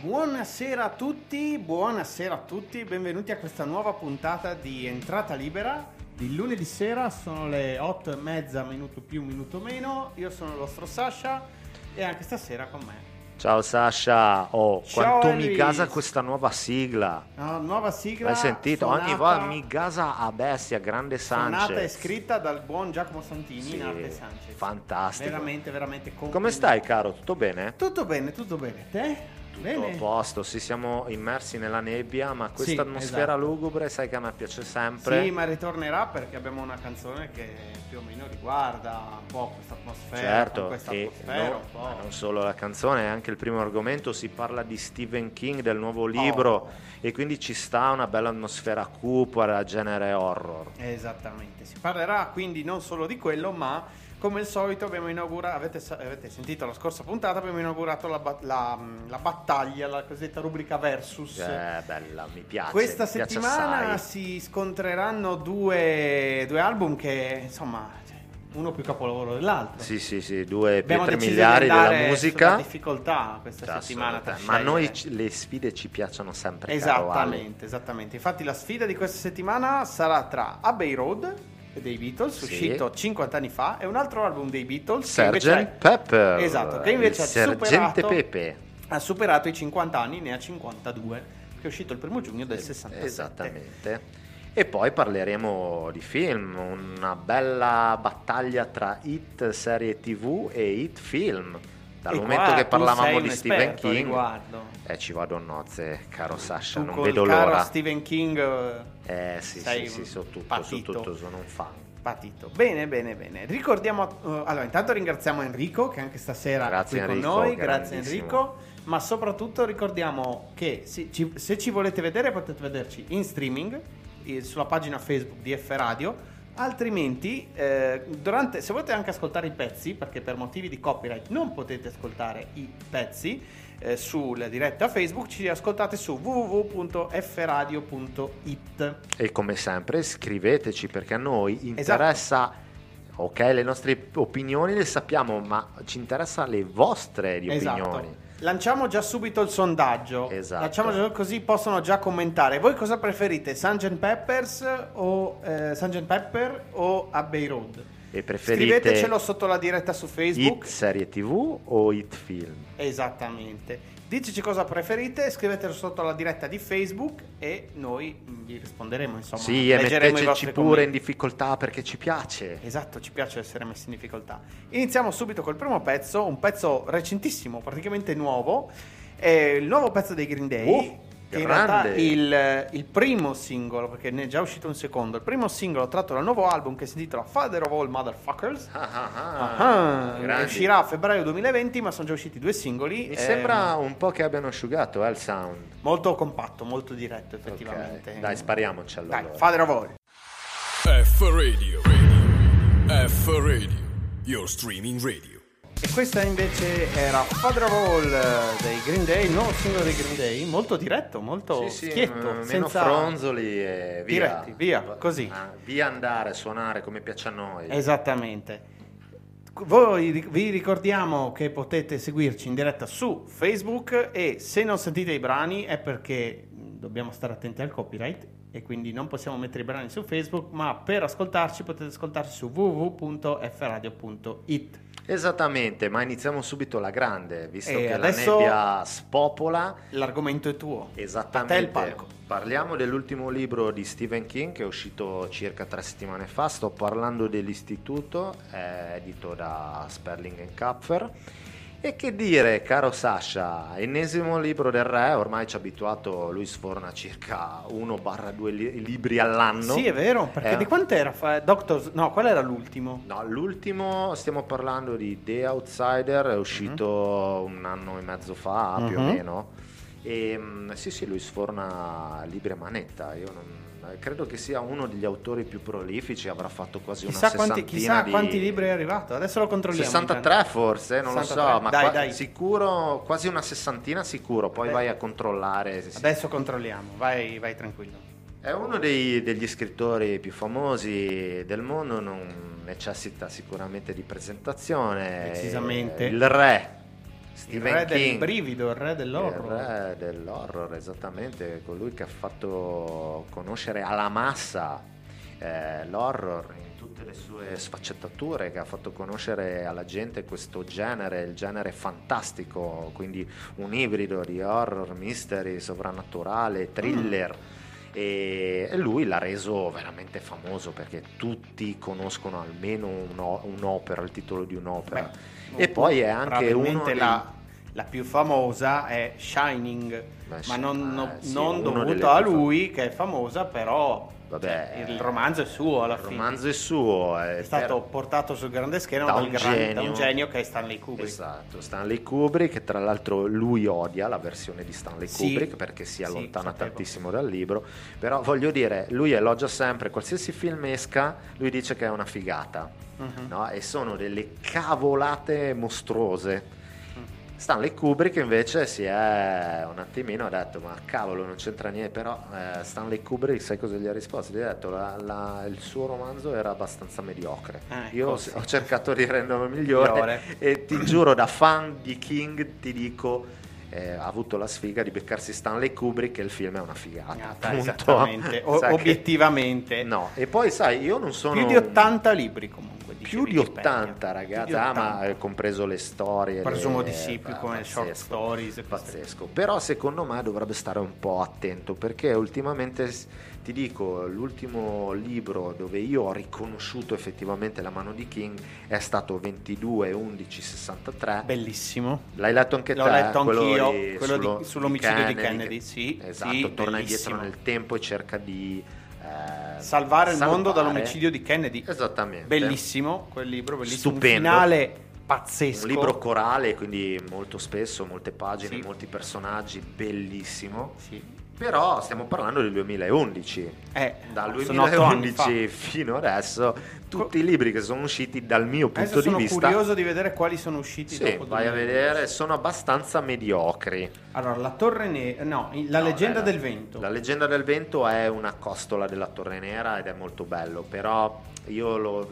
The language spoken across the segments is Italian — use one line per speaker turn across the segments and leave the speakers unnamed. Buonasera a tutti, buonasera a tutti, benvenuti a questa nuova puntata di Entrata Libera di lunedì sera, sono le 8 e mezza, minuto più, minuto meno, io sono il vostro Sasha e anche stasera con me.
Ciao Sasha, oh,
Ciao,
quanto mi
Elvis.
casa questa nuova sigla.
Una nuova sigla.
L'hai sentito?
suonata-
Ogni volta mi casa a bestia, grande Sanchez.
Sonata e scritta dal buon Giacomo Santini
Sì,
in arte Sanchez.
fantastico.
Veramente, veramente complimenti.
Come stai, caro? Tutto bene?
Tutto bene, tutto bene. Te?
Tutto
bene.
a posto, sì, siamo immersi nella nebbia, ma questa
Sì,
atmosfera
esatto.
lugubre, sai che a me piace sempre.
Sì, ma ritornerà perché abbiamo una canzone che più o meno riguarda un po' questa atmosfera. con
Certo,
questa
e
atmosfera
no-
un po'.
ma non solo la canzone, anche il primo argomento si parla di Stephen King, del nuovo
Oh.
libro, e quindi ci sta una bella atmosfera cupa, genere horror.
Esattamente, si parlerà quindi non solo di quello, ma come al solito abbiamo inaugurato, avete, sa- avete sentito la scorsa puntata, abbiamo inaugurato la, ba- la- la battaglia, la cosiddetta rubrica versus.
Eh, bella, mi piace.
Questa
mi piace
settimana
assai.
si scontreranno due, due album che, insomma, cioè, uno più capolavoro dell'altro.
Sì, sì, sì, due
Abbiamo
pietre
deciso di
miliari
andare
della
sulla
musica.
difficoltà questa
Cioè,
settimana. per
assolutamente. Ma a noi
scegliere.
ci- le sfide ci piacciono sempre. caro Ale.
Esattamente, esattamente. Infatti la sfida di questa settimana sarà tra Abbey Road dei Beatles,
Sì.
uscito 50 anni fa, e un altro album dei Beatles, che invece
Sergeant Pepper.
Esatto, che
il
invece ha
Sergente
superato-
Pepe.
ha superato i 50 anni, ne ha 52, che è uscito il primo giugno del 67.
Esattamente. E poi parleremo di film, una bella battaglia tra hit serie TV e hit film. Dal
E
momento
qua
che
tu
parlavamo
sei
di
un
Stephen
esperto a
King,
riguardo.
eh, ci vado a nozze, caro Sasha,
Tu
non
col
vedo
caro
l'ora.
Stephen King eh,
Eh sì,
sei
sì, sì,
un
so tutto, so
patito.
tutto, sono un fan.
Patito. Bene, bene, bene. Ricordiamo, eh, allora intanto ringraziamo Enrico che anche stasera
Grazie
è qui
Enrico,
con noi, grazie
grandissimo.
Enrico, ma soprattutto ricordiamo che se ci, se ci volete vedere potete vederci in streaming eh, sulla pagina Facebook di F Radio, altrimenti eh, durante, se volete anche ascoltare i pezzi, perché per motivi di copyright non potete ascoltare i pezzi eh, sulla diretta Facebook, ci ascoltate su www.fradio.it.
E come sempre scriveteci perché a
Esatto.
noi interessa, ok, le nostre opinioni le sappiamo, ma ci interessa le vostre di
Esatto.
opinioni.
Lanciamo già subito il sondaggio.
Esatto.
Lanciamo già- così possono già commentare. Voi cosa preferite, Sgt. Peppers o eh, Sgt. Pepper o Abbey Road?
E preferite
Scrivetecelo sotto la diretta su
hit
Facebook.
serie TV o hit film?
Esattamente. Diteci cosa preferite, scrivetelo sotto la diretta di Facebook e noi vi risponderemo, insomma,
sì, e
leggeremo i vostri
metteteci pure in
commenti.
difficoltà perché ci piace.
Esatto, ci piace essere messi in difficoltà. Iniziamo subito col primo pezzo, un pezzo recentissimo, praticamente nuovo. È il nuovo pezzo dei Green Day.
Oh,
che in
grande.
realtà il, il primo singolo, perché ne è già uscito un secondo, il primo singolo tratto dal nuovo album che si intitola Father of All Motherfuckers.
Ah, ah, ah,
Ah,
grandi.
uscirà a febbraio 2020, ma sono già usciti due singoli. ehm,
Mi sembra un po' che abbiano asciugato eh, il sound.
molto compatto, molto diretto,
Ok,
effettivamente.
Dai, spariamocelo.
Dai,
allora.
Father of All.
F Radio. Radio. F Radio. Your streaming radio.
E questa invece era Father of All eh, dei Green Day, il nuovo singolo dei Green Day, molto diretto, molto
Sì, sì,
Oh, schietto,
m- meno
senza
fronzoli e via.
Diretti, via, così. Eh,
Ah, via andare, suonare come piace a noi.
Esattamente. Voi ri- vi ricordiamo che potete seguirci in diretta su Facebook e se non sentite i brani è perché mh, dobbiamo stare attenti al copyright e quindi non possiamo mettere i brani su Facebook, ma per ascoltarci potete ascoltarci su www.fradio.it.
Esattamente, ma iniziamo subito la grande, visto
E
che
adesso-
la nebbia spopola.
L'argomento è tuo.
Esattamente.
A te il palco.
Parliamo dell'ultimo libro di Stephen King che è uscito circa tre settimane fa. Sto parlando dell'Istituto, eh, edito da Sperling Kapfer. E che dire, caro Sasha, ennesimo libro del re, ormai ci ha abituato, lui sforna circa 1-2 li- libri all'anno.
Sì, è vero, perché
Eh.
di quant'era? Fa- Doctor... No, qual era l'ultimo?
No, l'ultimo stiamo parlando di The Outsider, è uscito un anno e mezzo fa più
Mhm.
o meno. E mm, sì, sì, lui sforna libri a manetta. Io non- eh, credo che sia uno degli autori più prolifici, avrà fatto quasi
Chissà,
una
quanti,
sessantina
chissà
di...
quanti libri è arrivato, adesso lo controlliamo.
63 forse, non lo
63.
so, ma
Dai,
qua-
dai.
sicuro, quasi una sessantina sicuro, poi
Beh.
vai a controllare. se si-
Adesso controlliamo, vai, vai tranquillo.
È uno dei- degli scrittori più famosi del mondo, non necessita sicuramente di presentazione.
Decisamente.
Eh, Il re,
Il
Stephen
re del
King.
brivido, il re
Il
dell'oro.
re dell'horror, esattamente, colui che ha fatto conoscere alla massa eh, l'horror in tutte le sue sfaccettature, che ha fatto conoscere alla gente questo genere, il genere fantastico, quindi un ibrido di horror, mystery, sovrannaturale, thriller. E e lui l'ha reso veramente famoso perché tutti conoscono almeno uno- un'opera, il titolo di un'opera. e poi è anche uno
Probabilmente
dei-
la, la più famosa è Shining,
Beh,
ma
sì,
non,
eh,
non-
sì,
non
uno delle più
dovuto a lui, che è famosa, però
Vabbè, eh.
cioè, il romanzo è suo alla
Il
fine.
romanzo è suo,
È stato portato sul grande schermo
da
dal
un
gran- da
genio.
un genio che è Stanley Kubrick.
Esatto, Stanley Kubrick, che tra l'altro lui odia la versione di Stanley
Sì.
Kubrick perché si
Sì,
allontana
sapevo.
tantissimo dal libro, però voglio dire, lui elogia sempre qualsiasi film esca, lui dice che è una figata,
Mhm.
no? E sono delle cavolate mostruose. Stanley Kubrick invece si è un attimino ha detto ma cavolo non c'entra niente però eh, Stanley Kubrick sai cosa gli ha risposto? Gli ha detto la- la- il suo romanzo era abbastanza mediocre
Ah, ecco,
io ho-
sì.
ho cercato di renderlo migliore e ti giuro, da fan di King ti dico, eh, ha avuto la sfiga di beccarsi Stanley Kubrick e il film è una figata.
Ah,
appunto.
esattamente, o-
Sai che-
obiettivamente.
No, e poi sai, io non sono...
Più di 80 libri comunque. dice
Più di
Wikipedia.
80 ragazzi,
Più di
ah,
80.
ma eh, compreso le storie.
Presumo
le-
di sì, più
ah,
come short
pazzesco.
stories. e queste-
Pazzesco, però secondo me dovrebbe stare un po' attento perché ultimamente s- ti dico l'ultimo libro dove io ho riconosciuto effettivamente la mano di King è stato 22 11 63.
Bellissimo.
L'hai letto anche
L'ho
te?
letto
quello
anch'io,
di-
quello di-
sullo-
sull'omicidio di Kennedy,
che-
sì,
Esatto,
sì,
torna
bellissimo.
indietro nel tempo e cerca di eh,
Salvare il mondo
salvare-
dall'omicidio di Kennedy.
Esattamente.
Bellissimo quel libro, bellissimo.
Eh, Stupendo.
Un finale pazzesco.
Un libro corale, quindi molto spesso, molte pagine,
Sì.
molti personaggi, bellissimo.
Sì.
Però stiamo parlando del 2011.
Eh,
Dal
sono otto anni
2011 fino adesso,
Co-
tutti i libri che sono usciti dal mio
fa.
punto
Adesso
di
sono
vista,
curioso di vedere quali sono usciti
sì,
dopo
vai a
2000.
vedere, sono abbastanza mediocri.
Allora, La Torre Nera, no, La
No,
leggenda
eh,
del vento.
La leggenda del vento è una costola della Torre Nera ed è molto bello, però io lo-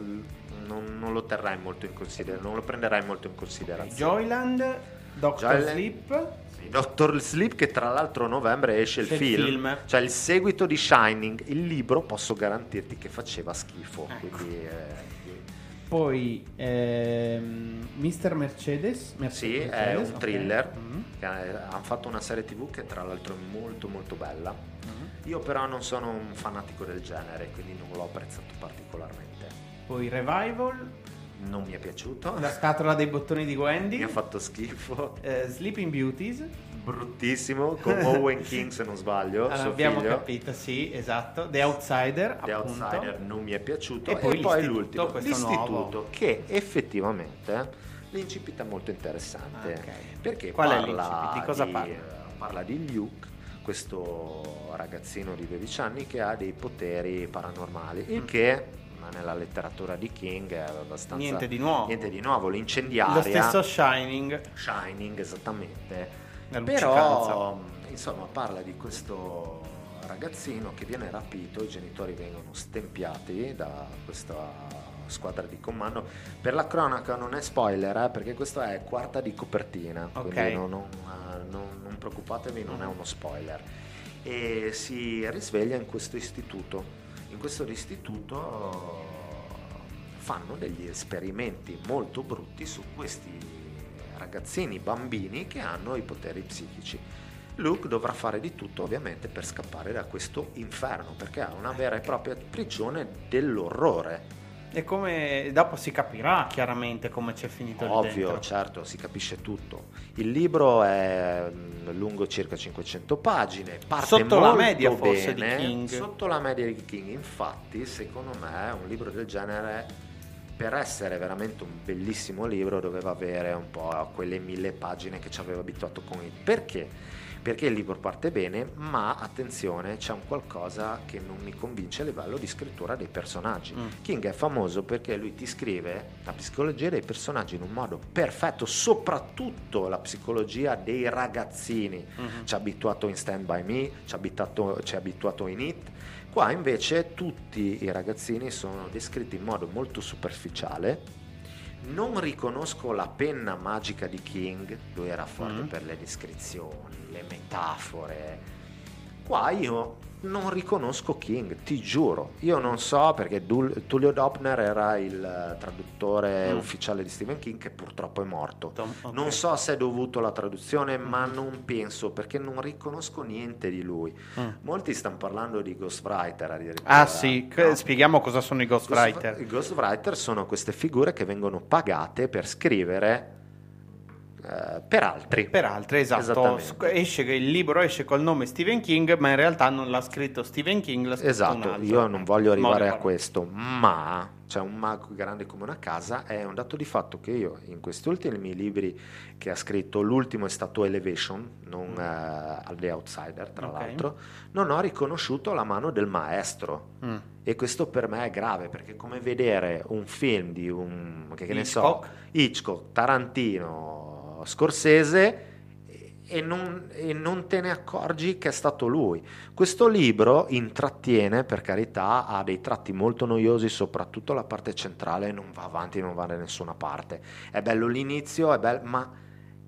non, non lo terrei molto in considerazione, non lo prenderei molto in considerazione.
Joyland, Doctor
Joyland.
Sleep.
Sì, Doctor Sleep che tra l'altro a novembre esce il
C'è il
film,
film.
cioè il seguito di Shining, il libro posso garantirti che faceva schifo,
Ecco.
quindi eh,
Poi ehm, Mr. Mercedes, Mercedes.
Sì, è
Mercedes,
un
ok.
thriller.
Mm.
che, eh, hanno fatto una serie tv che tra l'altro è molto molto bella.
Mhm.
Io però non sono un fanatico del genere, quindi non l'ho apprezzato particolarmente.
Poi Revival,
Non mi è piaciuto,
La scatola dei bottoni di Wendy,
mi ha fatto schifo,
eh, Sleeping Beauties.
bruttissimo, con Owen King se non sbaglio,
Ah,
suo
abbiamo
figlio.
capito, sì, esatto. The Outsider,
The
appunto.
Outsider non mi è piaciuto
E
e
poi
poi,
l'Istituto,
l'ultimo
questo
l'istituto
nuovo.
che effettivamente l'incipit è molto interessante
Ah, ok.
perché
Qual è
parla
l'incipit? Di cosa
di-
parla?
eh, parla di Luke questo ragazzino di 12 anni che ha dei poteri paranormali il
Mm.
che ma nella letteratura di King è abbastanza
Niente di nuovo.
niente di nuovo l'incendiaria
Lo stesso Shining.
Shining esattamente
La
però mh, insomma parla di questo ragazzino che viene rapito i genitori vengono stempiati da questa squadra di comando per la cronaca non è spoiler eh, perché questa è quarta di copertina
Ok.
quindi non, non- eh, non- non preoccupatevi non è uno spoiler e si risveglia in questo istituto in questo istituto eh, fanno degli esperimenti molto brutti su questi ragazzini bambini che hanno i poteri psichici. Luke dovrà fare di tutto ovviamente per scappare da questo inferno perché ha una vera e propria prigione dell'orrore.
E come dopo si capirà chiaramente come c'è finito il
Ovvio,
dentro.
certo, si capisce tutto. Il libro è mh, lungo circa 500 pagine, parte
Sotto la
molto
media forse di
bene,
King.
Sotto la media di King, infatti, secondo me un libro del genere per essere veramente un bellissimo libro doveva avere un po' quelle mille pagine che ci aveva abituato con il perché? Perché il libro parte bene, ma attenzione, c'è un qualcosa che non mi convince a livello di scrittura dei personaggi.
Mm.
King è famoso perché lui ti scrive la psicologia dei personaggi in un modo perfetto, soprattutto la psicologia dei ragazzini.
Mhm.
Ci ha abituato in Stand By Me, ci ha abituato, ci ha abituato in It. Qua invece tutti i ragazzini sono descritti in modo molto superficiale. Non riconosco la penna magica di King, lui era forte
Mm.
per le descrizioni, le metafore. Qua io non riconosco King, ti giuro. Io non so perché Dul- Tullio Dopner era il eh, traduttore
Mm.
ufficiale di Stephen King che purtroppo è morto.
Tom- ok. Mhm.
Non so se è dovuto alla traduzione, ma non penso perché non riconosco niente di lui.
Mm.
Molti stanno parlando di Ghostwriter addirittura.
Ah sì, che-
eh, no?
spieghiamo cosa sono i ghostwriter.
I ghostwriter sono queste figure che vengono pagate per scrivere eh, per altri.
Peraltro, esatto,
Esattamente.
sc- esce che il libro esce col nome Stephen King, ma in realtà non l'ha scritto Stephen King, l'ha scritto un
Esatto,
altro. eh,
io non voglio arrivare a
Modo di
questo, ma c'è un mago grande come una casa, è un dato di fatto che io in questi ultimi libri che ha scritto, l'ultimo è stato Elevation, non
Mm.
eh, The Outsider tra
Ok.
l'altro, non ho riconosciuto la mano del maestro.
parlare. Mm.
E questo per me è grave perché è come vedere un film di un che, che ne so,
Hitchcock. Mm.
Hitchcock, Tarantino, Scorsese e- e non, e non te ne accorgi che è stato lui. Questo libro intrattiene, per carità, ha dei tratti molto noiosi, soprattutto la parte centrale non va avanti, non va da nessuna parte. È bello l'inizio, è bel- ma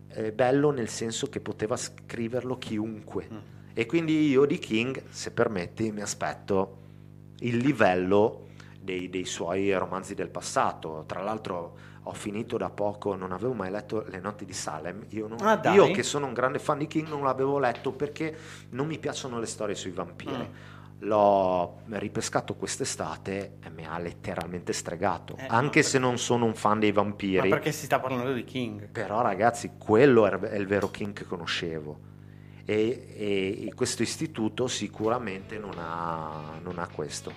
è bello nel senso che poteva scriverlo chiunque.
Mm.
E quindi io di King, se permetti, mi aspetto il livello dei, dei suoi romanzi del passato. Tra l'altro ho finito da poco, non avevo mai letto Le notti di Salem. Io, non-
Ah, dai.
io che sono un grande fan di King non l'avevo letto perché non mi piacciono le storie sui vampiri.
Ah.
L'ho ripescato quest'estate e mi ha letteralmente stregato.
Eh, ma
Anche
perché-
se non sono un fan dei
Ma
vampiri.
perché si sta parlando di King?
Però ragazzi, quello era- è il vero King che conoscevo. E, e- e questo istituto sicuramente non ha, non ha questo.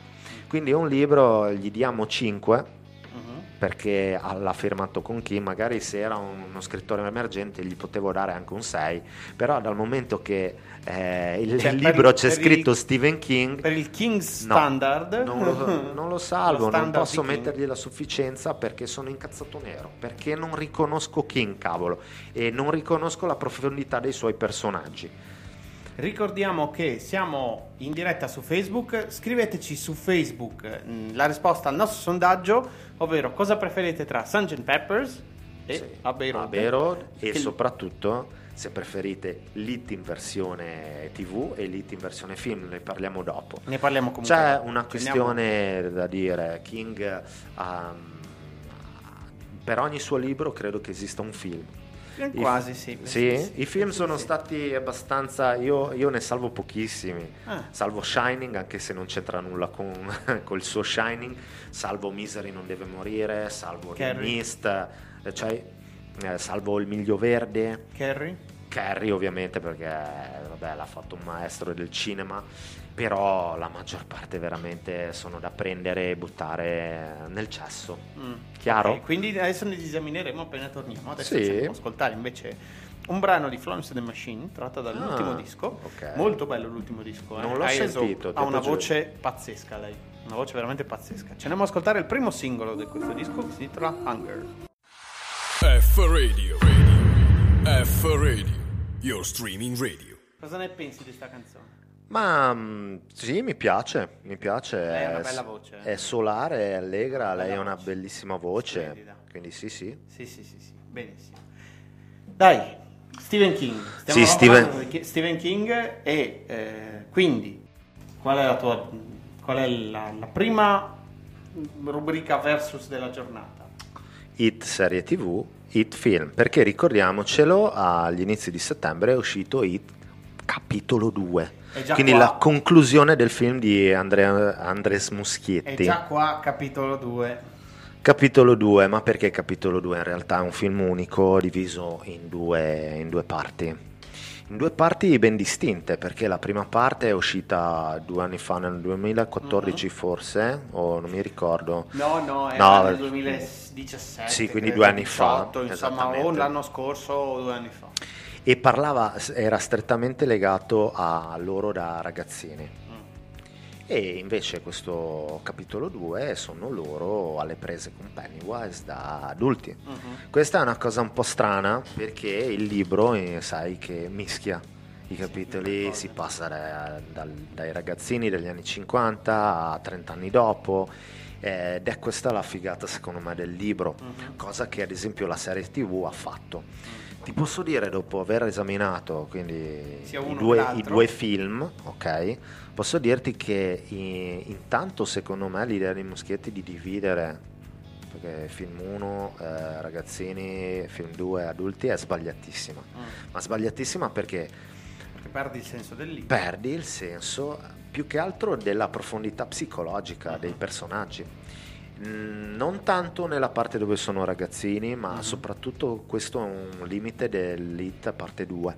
Quindi è un libro, gli diamo 5
Mhm.
perché ha- l'ha firmato con chi, magari se era un- uno scrittore emergente gli potevo dare anche un 6, però dal momento che eh, il
Cioè, per-
libro c'è
per il-
scritto Stephen King,
Per il King
No,
standard
non lo, non lo salvo,
Lo
non
standard
posso
di King.
mettergli la sufficienza perché sono incazzato nero, perché non riconosco King, cavolo, e non riconosco la profondità dei suoi personaggi.
Ricordiamo che siamo in diretta su Facebook, scriveteci su Facebook mh, la risposta al nostro sondaggio, ovvero cosa preferite tra Sgt. Peppers e
Sì.
Abbey Road.
Abbey Road, e
Che-
soprattutto se preferite l'IT in versione TV e l'IT in versione film, ne parliamo dopo.
Ne parliamo comunque.
C'è una
Torniamo-
questione da dire, King, ehm, per ogni suo libro credo che esista un film.
Eh, Quasi, sì. penso
Sì,
di sì,
i
penso
film
di
sono
sì.
stati abbastanza. Io, io ne salvo pochissimi.
Ah.
Salvo Shining, anche se non c'entra nulla con col suo Shining. Salvo Misery non deve morire. Salvo The
Carrie.
Mist. eh, Cioè, eh, salvo Il Miglio Verde.
Carrie?
Carrie, ovviamente, perché vabbè, l'ha fatto un maestro del cinema. Però la maggior parte veramente sono da prendere e buttare nel cesso.
Mm.
Chiaro?
Ok, quindi adesso ne disamineremo appena torniamo. Adesso
Sì.
ci andiamo ad ascoltare invece un brano di Florence and the Machine tratto dall'ultimo
Ah,
disco.
ok.
Molto bello l'ultimo disco. eh.
Non l'ho
Eyes of-
sentito, te
Ha una
lo giuro.
voce pazzesca lei. Una voce veramente pazzesca. Ci andiamo ad ascoltare il primo singolo di questo disco che si intitola Hunger.
F Radio. Radio. F Radio. Your streaming radio.
Cosa ne pensi di sta canzone?
Ma mm, sì, mi piace, mi piace.
Lei ha una
È-
bella voce, eh.
È solare, è allegra,
Bella
lei ha una
voce.
bellissima voce.
Splendida.
Quindi sì, sì.
Sì, sì, sì, sì. Benissimo. Dai, Stephen King. Stiamo
Sì,
parlando
Stephen-
di Ki- Stephen King e eh, quindi qual è la tua qual è la, la prima rubrica versus della giornata?
Hit serie TV, Hit film, perché ricordiamocelo, agli inizi di settembre è uscito Hit capitolo 2.
È già
Quindi
qua.
la conclusione del film di Andrea- Andres
È
Muschietti.
già qua capitolo 2.
Capitolo 2, ma perché capitolo 2? In realtà è un film unico diviso in due, in due parti. In due parti ben distinte, perché la prima parte è uscita due anni fa, nel 2014 forse, o non mi ricordo.
No, no, era
No,
nel
eh,
2017.
sì, quindi
credo,
due anni fa,
18, Insomma, o
esattamente.
l'anno scorso o due anni fa.
E parlava, era strettamente legato a loro da ragazzini.
Mm.
E invece questo capitolo 2 sono loro alle prese con Pennywise da adulti.
Mhm.
Questa è una cosa un po' strana perché il libro, eh, sai, che mischia i
mi
capitoli,
ricordo.
si passa da- dal- dai ragazzini degli anni 50 a 30 anni dopo eh, ed è questa la figata secondo me del libro,
Mhm.
cosa che ad esempio la serie tv ha fatto. Ti posso dire dopo aver esaminato quindi
Sia
i
uno
due,
che
i
l'altro.
due film, ok? Posso dirti che i- intanto secondo me l'idea dei Muschietti di dividere perché film 1 ragazzini, film 2 adulti è sbagliatissima.
Mm.
Ma sbagliatissima perché
Perché perdi il senso del libro.
perdi il senso più che altro della profondità psicologica dei personaggi. Mm, Non tanto nella parte dove sono ragazzini, ma
Mhm.
soprattutto questo è un limite dell'Hit parte 2,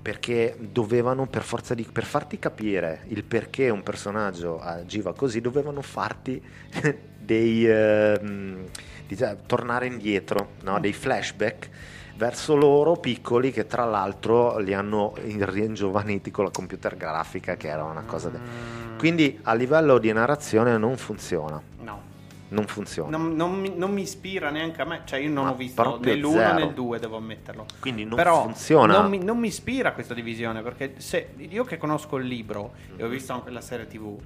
perché dovevano per forza di per farti capire il perché un personaggio agiva così, dovevano farti dei eh, mm, diciamo, tornare indietro,
Mm.
no? dei flashback verso loro piccoli che tra l'altro li hanno ringiovaniti con la computer grafica che era una cosa de-
Mm.
quindi a livello di narrazione non funziona
No.
non funziona
Non, non mi, non mi ispira neanche a me, cioè io non
Ma
ho visto
proprio
né l'uno
zero.
né il due, devo ammetterlo.
quindi non
Però
funziona
Non mi, non mi ispira questa divisione perché se, io che conosco il libro e ho visto anche la serie tv,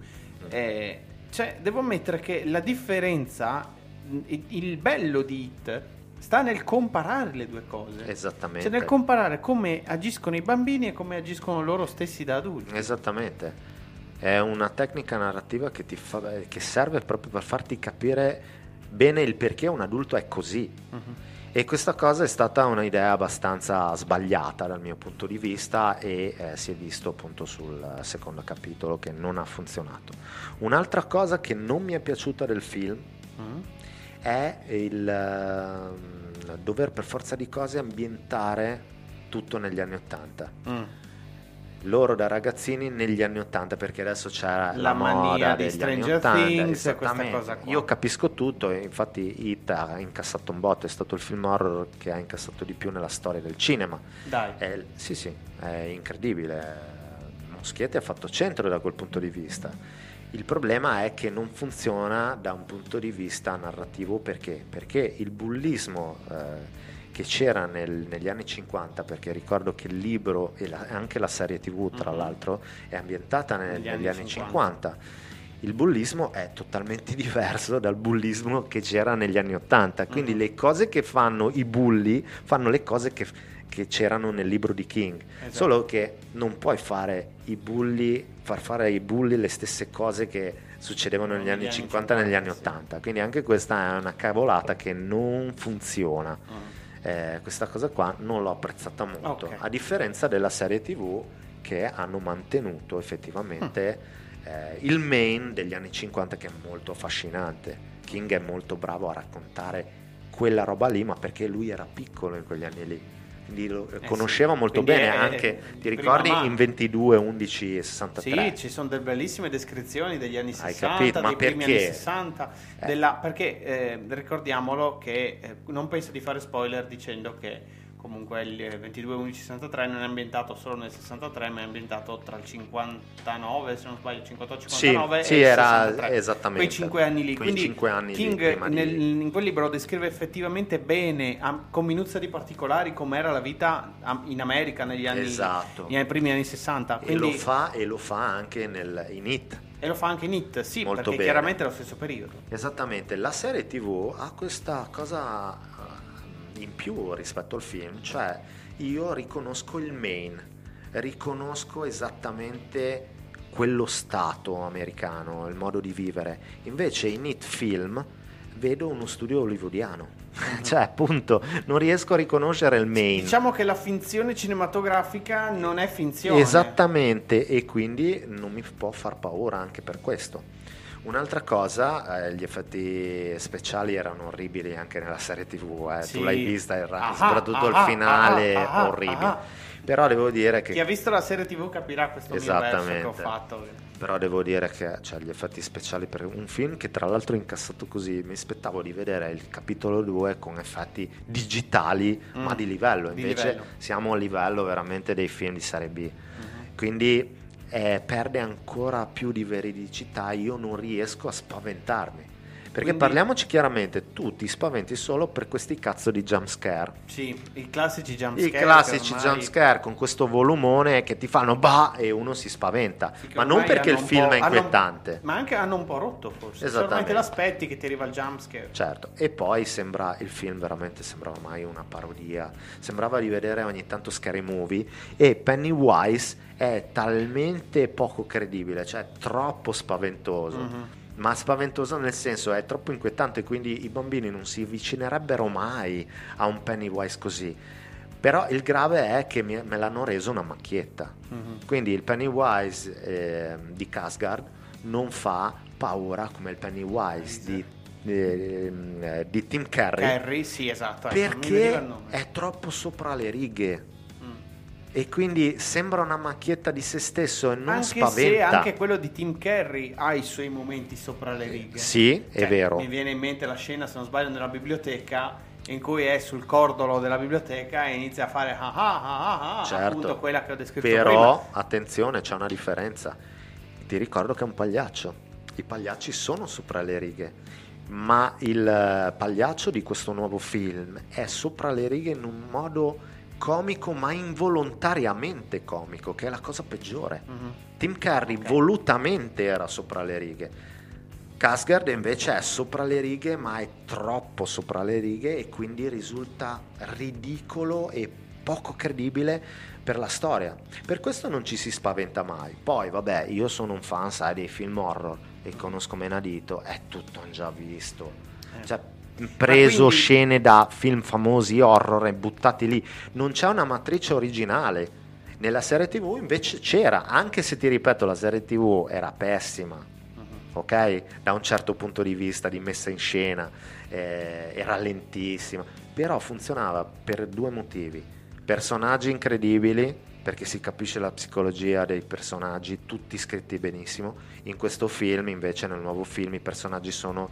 eh, cioè, devo ammettere che la differenza, il, il bello di It sta nel comparare le due cose.
esattamente
Cioè nel comparare come agiscono i bambini e come agiscono loro stessi da adulti.
esattamente è una tecnica narrativa che, ti fa, che serve proprio per farti capire bene il perché un adulto è così
Mhm.
E questa cosa è stata un'idea abbastanza sbagliata dal mio punto di vista e eh, si è visto appunto sul eh, secondo capitolo che non ha funzionato. Un'altra cosa che non mi è piaciuta del film
Mhm.
è il ehm, dover per forza di cose ambientare tutto negli anni 80.
Mm.
Loro da ragazzini negli anni 80 perché adesso c'era la,
La mania
moda
di
degli
Stranger
anni 80,
Things e questa
esattamente.
cosa qua.
Io capisco tutto, e infatti It ha incassato un botto, è stato il film horror che ha incassato di più nella storia del cinema.
Dai.
È- Eh, sì, sì, è incredibile. Moschietti ha fatto centro da quel punto di vista. Il problema è che non funziona da un punto di vista narrativo perché? Perché il bullismo eh, che c'era nel- negli anni 50, perché ricordo che il libro e la- anche la serie tv tra
Mhm.
l'altro è ambientata nel-
Negli
negli,
anni
anni 50. Il bullismo è totalmente diverso dal bullismo che c'era negli anni 80, quindi
Mhm.
le cose che fanno i bulli fanno le cose che, che c'erano nel libro di King,
Esatto.
solo che non puoi fare i bulli, far fare ai bulli le stesse cose che succedevano negli, anni, 50 e negli anni
sì.
80, quindi anche questa è una cavolata che non funziona.
Mm.
Eh, questa cosa qua non l'ho apprezzata molto,
Ok.
a differenza della serie TV che hanno mantenuto effettivamente
Mm.
eh, il main degli anni 50 che è molto affascinante. King è molto bravo a raccontare quella roba lì, ma perché lui era piccolo in quegli anni lì. Quindi lo
Eh sì.
conosceva molto
Quindi
bene
è-
anche, ti
prima
ricordi,
mano.
in 22, 11 e
Sì,
63.
ci sono delle bellissime descrizioni degli anni
Hai
60,
capito, ma
dei primi anni
perché?
60,
Eh.
della- perché eh, ricordiamolo che eh, non penso di fare spoiler dicendo che comunque il eh, 22 11 63 non è ambientato solo nel 63, ma è ambientato tra il 59, se non sbaglio, 58 59
sì,
e il
era
63.
esattamente.
Quei 5 anni lì,
Quei
quindi
cinque anni lì,
King
prima di-
nel- in quel libro descrive effettivamente bene, am- con minuzia di particolari, com'era la vita am- in America negli anni,
Esatto.
nei primi anni 60.
Ah, E
Quindi,
lo fa, e lo fa anche nel, in It.
e lo fa anche in It, sì,
Molto
perché
bene.
chiaramente è lo stesso periodo.
Esattamente, la serie TV ha questa cosa eh, in più rispetto al film, cioè io riconosco il main, riconosco esattamente quello stato americano, il modo di vivere. Invece in It Film vedo uno studio hollywoodiano. cioè, appunto, non riesco a riconoscere il main.
Diciamo che la finzione cinematografica non è finzione.
Esattamente, e quindi non mi può far paura anche per questo. Un'altra cosa, eh, gli effetti speciali erano orribili anche nella serie TV, eh.
Sì.
tu l'hai vista, il ra-
Ah,
soprattutto
ah,
il finale,
ah, ah,
orribile.
ah.
Però devo dire
Chi ha
che...
visto la serie TV capirà questo mio verso che ho
Esattamente.
fatto.
Però devo dire che cioè, gli effetti speciali per un film che tra l'altro è incassato così, mi aspettavo di vedere il capitolo 2 con effetti digitali
Mm.
ma di livello,
Di
invece
livello.
siamo a livello veramente dei film di serie B.
Mm-hmm.
Quindi eh, perde ancora più di veridicità, io non riesco a spaventarmi. Perché
Quindi-
parliamoci chiaramente, tu ti spaventi solo per questi cazzo di jumpscare.
Sì, i classici jump
I
scare che
classici
ormai-
jumpscare con questo volumone che ti fanno bah e uno si spaventa.
Sì, che
Ma non
ormai
perché il
hanno un
film
po'-
è
hanno-
inquietante.
ma anche hanno un po' rotto forse.
Esattamente.
Esattamente. l'aspetti che ti arriva il jump scare.
Certo, e poi sembra il film veramente sembrava ormai una parodia, sembrava di vedere ogni tanto scary movie e Pennywise è talmente poco credibile, cioè troppo spaventoso,
Mhm.
ma spaventoso nel senso è troppo inquietante, quindi i bambini non si avvicinerebbero mai a un Pennywise così. Però il grave è che mi- me l'hanno reso una macchietta.
Mhm.
Quindi il Pennywise ehm, di Casgard non fa paura come il Pennywise di, ehm, eh, di Tim Curry
Carrie, sì, esatto. ecco, non mi veniva il
perché
nome.
è troppo sopra le righe
Mm.
e quindi sembra una macchietta di se stesso e non
anche se
spaventa.
anche quello di Tim Curry ha i suoi momenti sopra le righe.
Sì, è
Cioè,
vero.
Mi viene in mente la scena, se non sbaglio, nella biblioteca in cui è sul cordolo della biblioteca e inizia a fare ah ah ah ah ah,
Certo.
appunto quella che ho descritto
Però
prima.
attenzione, c'è una differenza. Ti ricordo che è un pagliaccio. I pagliacci sono sopra le righe, ma il eh, pagliaccio di questo nuovo film è sopra le righe in un modo comico, ma involontariamente comico, che è la cosa peggiore.
Mhm.
Tim Curry
Ok.
volutamente era sopra le righe. Casgard invece è sopra le righe, ma è troppo sopra le righe e quindi risulta ridicolo e poco credibile per la storia. Per questo non ci si spaventa mai. Poi, vabbè, io sono un fan, sai, dei film horror, li conosco menadito, è tutto un già visto.
Eh.
Cioè, preso
quindi-
scene da film famosi horror e buttati lì. Non c'è una matrice originale. Nella serie TV invece c'era, anche se ti ripeto, la serie TV era pessima,
Mhm.
ok? Da un certo punto di vista di messa in scena, eh, era lentissima, però funzionava per due motivi. Personaggi incredibili, perché si capisce la psicologia dei personaggi, tutti scritti benissimo. In questo film, invece, nel nuovo film, i personaggi sono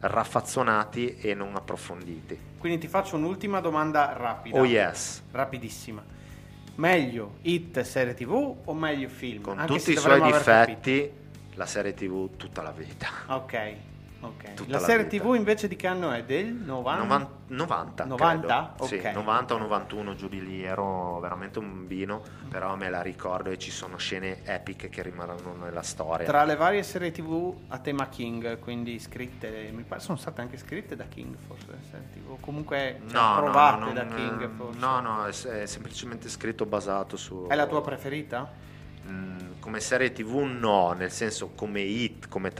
raffazzonati e non approfonditi.
Quindi ti faccio un'ultima domanda rapida.
Oh yes!
Rapidissima. Meglio hit serie TV o meglio film?
Con
Anche
tutti
se
i suoi
dovremmo aver capito.
difetti, la serie TV tutta la vita.
Ok. ok.
Tutta
la
la
serie
vita.
TV invece di che anno è? Del 90?
90, 90,
90?
credo. Sì,
Ok.
90 o 91 giù di lì ero veramente un bambino però me la ricordo e ci sono scene epiche che rimarranno nella storia
Tra le varie serie TV a tema King, quindi scritte, mi pare sono state anche scritte da King forse, le serie TV, o comunque cioè, provate da
non-
King forse.
no no è, è semplicemente scritto basato su
È la tua preferita?
Mm, come serie tv no nel senso come hit come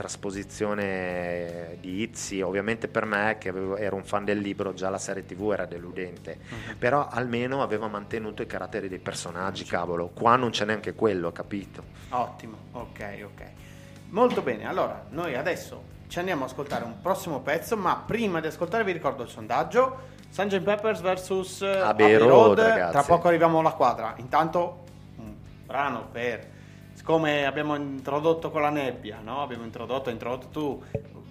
trasposizione di hit sì ovviamente per me che avevo- ero un fan del libro già la serie tv era deludente
Mhm.
però almeno aveva mantenuto i caratteri dei personaggi cavolo qua non c'è neanche quello capito
Ottimo, ok, ok. Molto bene, allora noi adesso ci andiamo ad ascoltare un prossimo pezzo, ma prima di ascoltare vi ricordo il sondaggio. Sgt. Peppers vs
Abbey Road, ragazzi.
tra poco arriviamo alla quadra. Intanto un brano per siccome abbiamo introdotto con la nebbia, no? Abbiamo introdotto, hai introdotto tu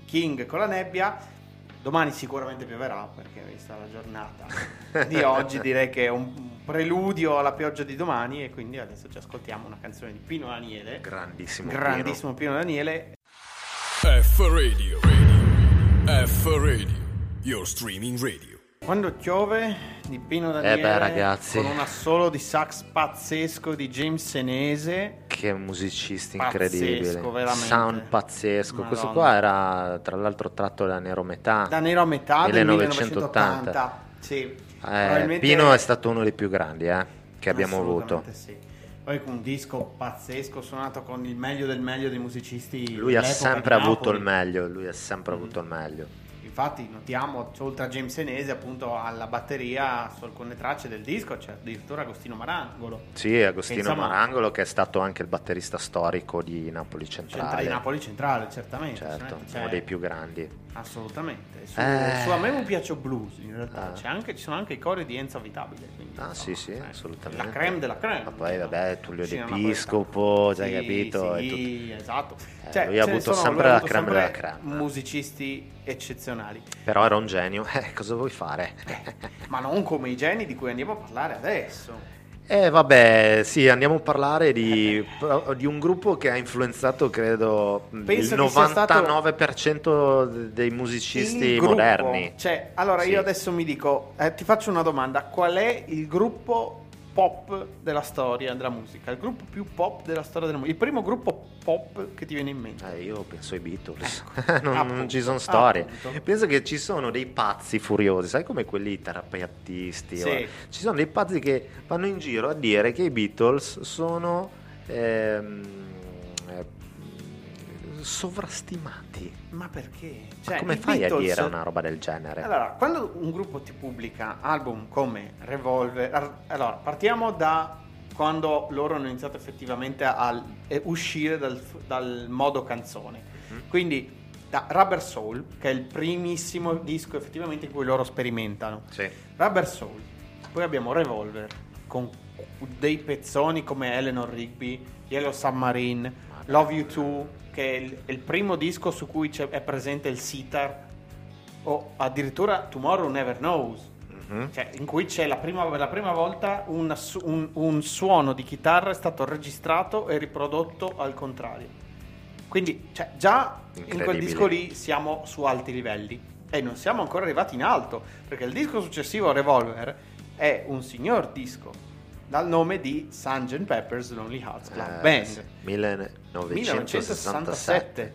King con la nebbia. Domani sicuramente pioverà perché vista la giornata di oggi direi che è un preludio alla pioggia di domani e quindi adesso ci ascoltiamo una canzone di Pino Daniele,
grandissimo Piero.
grandissimo Pino Daniele.
F Radio. Radio. F Radio. Your streaming radio.
Quando piove di Pino Daniele
Eh beh, ragazzi.
con un assolo di sax pazzesco di James Senese.
Che musicista
Pazzesco,
incredibile,
veramente.
sound pazzesco. Questo
Madonna.
qua era tra l'altro tratto da Nero Metà.
da nero a metà del 1980.
1980.
Sì.
Eh,
Probabilmente-
Pino è stato uno dei più grandi eh, che abbiamo avuto.
Assolutamente Sì. Poi con un disco pazzesco suonato con il meglio del meglio dei musicisti.
Lui ha
dell'epoca
sempre
di
avuto
Napoli.
il meglio. Lui ha sempre avuto il meglio.
infatti notiamo oltre a James Enese appunto alla batteria su alcune tracce del disco c'è addirittura Agostino Marangolo
Sì, Agostino
Pensiamo-
Marangolo che è stato anche il batterista storico di Napoli Centrale.
Centrale di Napoli centrale, certamente.
Certo,
Cioè,
uno dei più grandi.
Assolutamente. Su,
Eh.
su A me un piaccio blues, in realtà.
Ah.
C'è anche- ci sono anche i cori di Enzo Vitabile. quindi,
Ah, sì, sì,
eh,
assolutamente.
La creme della creme.
Ma poi, vabbè, Tullio
Sì,
d'Episcopo,
Napoletano.
hai capito? E
Sì, esatto.
Eh,
Cioè,
lui ha
ce ne
avuto
sono-
sempre
lui ha
la
avuto
creme della
sempre
creme.
Musicisti eccezionali,
Però era un genio, eh, cosa vuoi fare?
ma non come i geni di cui andiamo a parlare adesso.
Eh vabbè, sì, andiamo a parlare di, di un gruppo che ha influenzato, credo,
Penso
il
che sia stato
99% dei musicisti
Il gruppo.
moderni.
Cioè, allora
Sì.
io adesso mi dico, eh, ti faccio una domanda, qual è il gruppo pop della storia della musica? Il gruppo più pop della storia della musica? Il primo gruppo pop che ti viene in mente?
Eh, io penso ai Beatles,
Ecco.
non, non
Appunto,
ci sono storie.
appunto.
Penso che ci sono dei pazzi furiosi, sai come quelli terapeutisti?
Sì.
o- Ci sono dei pazzi che vanno in giro a dire che i Beatles sono ehm, eh, sovrastimati.
Ma perché?
Ma
Cioè,
come
i
fai a
Beatles-
dire una roba del genere?
Allora, quando un gruppo ti pubblica album come Revolver, ar- allora partiamo da quando loro hanno iniziato effettivamente a eh, uscire dal, f- dal modo canzone. Quindi da Rubber Soul, che è il primissimo disco effettivamente in cui loro sperimentano.
Sì.
Rubber Soul, poi abbiamo Revolver con dei pezzoni come Eleanor Rigby, Yellow Submarine, Love You Too, che è il, è il primo disco su cui c'è- è presente il sitar, o addirittura Tomorrow Never Knows,
Mhm.
cioè, in cui c'è la prima, la prima volta un, su- un- un suono di chitarra è stato registrato e riprodotto al contrario. Quindi cioè, già in quel
Incredibile.
disco lì siamo su alti livelli e non siamo ancora arrivati in alto perché il disco successivo Revolver è un signor disco dal nome di Sgt. Pepper's Lonely Hearts Club
Eh,
Band.
sì. 1967.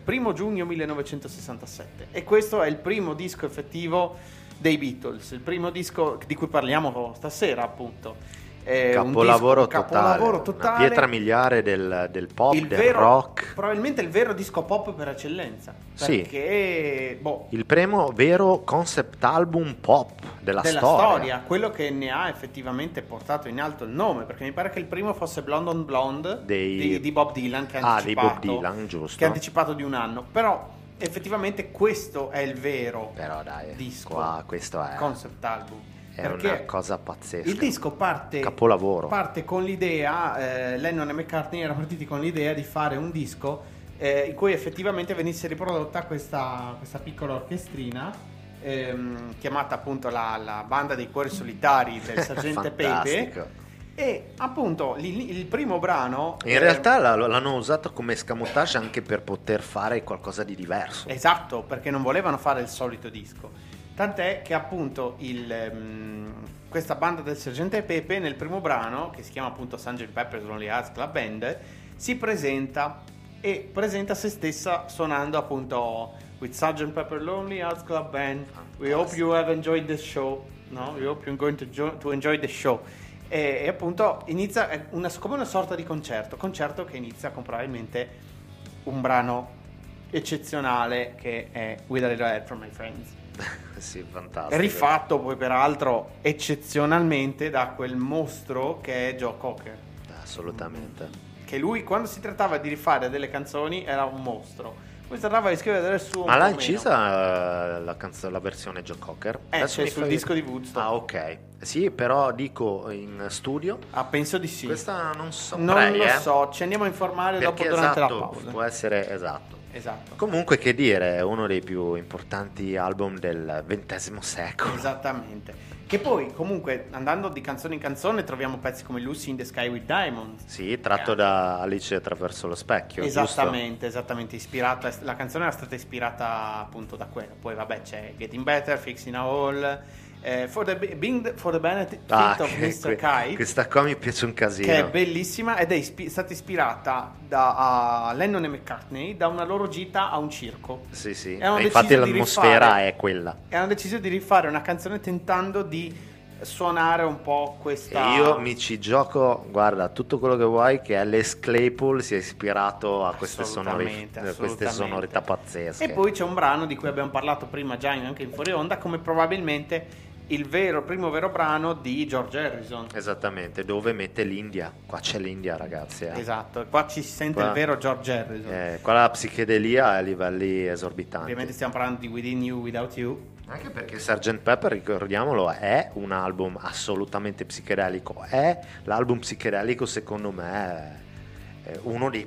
1967, primo giugno 1967 e questo è il primo disco effettivo dei Beatles, il primo disco di cui parliamo stasera appunto. È un
Capolavoro,
disco- un
totale,
capolavoro
una
totale,
pietra miliare del, del pop,
il
del
vero-
rock.
probabilmente il vero disco pop per eccellenza,
Sì.
perché boh,
Il primo vero concept album pop della,
della
storia.
storia. quello che ne ha effettivamente portato in alto il nome, perché mi pare che il primo fosse Blonde on Blonde
Dei-
di, di Bob Dylan che ha
Ah, di Bob
anticipato,
Dylan, giusto.
che ha anticipato di un anno, però effettivamente questo è il vero
Però dai,
disco,
qua questo è,
concept album.
è una
perché
cosa pazzesca.
Il disco parte,
Capolavoro.
parte con l'idea, eh, Lennon e McCartney erano partiti con l'idea di fare un disco eh, in cui effettivamente venisse riprodotta questa, questa piccola orchestrina ehm, chiamata appunto la, la banda dei cuori solitari del sergente Pepe.
Fantastico.
E appunto li- il primo brano...
In
eh,
realtà la- l'hanno usato come scamotage anche per poter fare qualcosa di diverso.
Esatto, perché non volevano fare il solito disco. Tant'è che appunto il, ehm, questa banda del sergente Pepe nel primo brano, che si chiama appunto Sgt. Pepper's Lonely Hearts Club Band, si presenta e presenta se stessa suonando appunto With Sgt. Pepper Lonely Hearts Club Band, we hope you have enjoyed the show, no? We hope you're going to, jo- to enjoy the show. E, e appunto inizia è una- come una sorta di concerto, concerto che inizia con probabilmente un brano eccezionale che è With a Little Help from My Friends.
Ah, sì, fantastico.
Rifatto poi peraltro eccezionalmente da quel mostro che è Joe Cocker.
Assolutamente.
Che lui quando si trattava di rifare delle canzoni era un mostro. Poi si trattava di scrivere del suo...
Ma
un
l'ha
po' meno.
incisa eh, la, canzo- la versione Joe Cocker?
Eh,
Adesso
c'è
mi
sul
fai-
disco di Woodstock.
Ah, ok. Sì, però dico in studio.
Ah, penso di sì.
Questa non so.
non lo so, ci andiamo a informare dopo
Perché
durante
esatto,
la pausa.
può essere esatto.
Esatto.
Comunque, che dire, è uno dei più importanti album del XX secolo.
Esattamente. Che poi comunque andando di canzone in canzone troviamo pezzi come Lucy in the Sky with Diamonds.
Sì, tratto da Alice attraverso lo specchio. giusto?
Esattamente, esattamente ispirata, la canzone era stata ispirata appunto da quella. Poi vabbè c'è Getting Better, Fixing a Hole, eh, for, the, being the- for the Benefit
Ah,
of
che-
Mr.
que-
Kite,
questa qua mi piace un casino.
che è bellissima ed è ispi- stata ispirata da a Lennon e McCartney da una loro gita a un circo.
Sì, sì.
E hanno
E infatti
deciso di
l'atmosfera
rifare-
è quella.
E hanno deciso di rifare una canzone tentando di suonare un po' questa...
E io mi ci gioco, guarda, tutto quello che vuoi, che Alice Claypool si è ispirato a queste, sonori-
Assolutamente,
a queste
assolutamente.
sonorità pazzesche.
E poi c'è un brano di cui abbiamo parlato prima già in- anche in fuori onda, come probabilmente il vero, primo vero brano di George Harrison.
Esattamente, dove mette l'India? Qua c'è l'India, ragazzi. eh.
Esatto, qua ci si sente
Qua-
il vero George Harrison.
Eh, qua la psichedelia è a livelli esorbitanti.
Ovviamente stiamo parlando di Within You, Without You.
Anche perché Sgt. Pepper, ricordiamolo, è un album assolutamente psichedelico. È l'album psicedelico, secondo me, è uno dei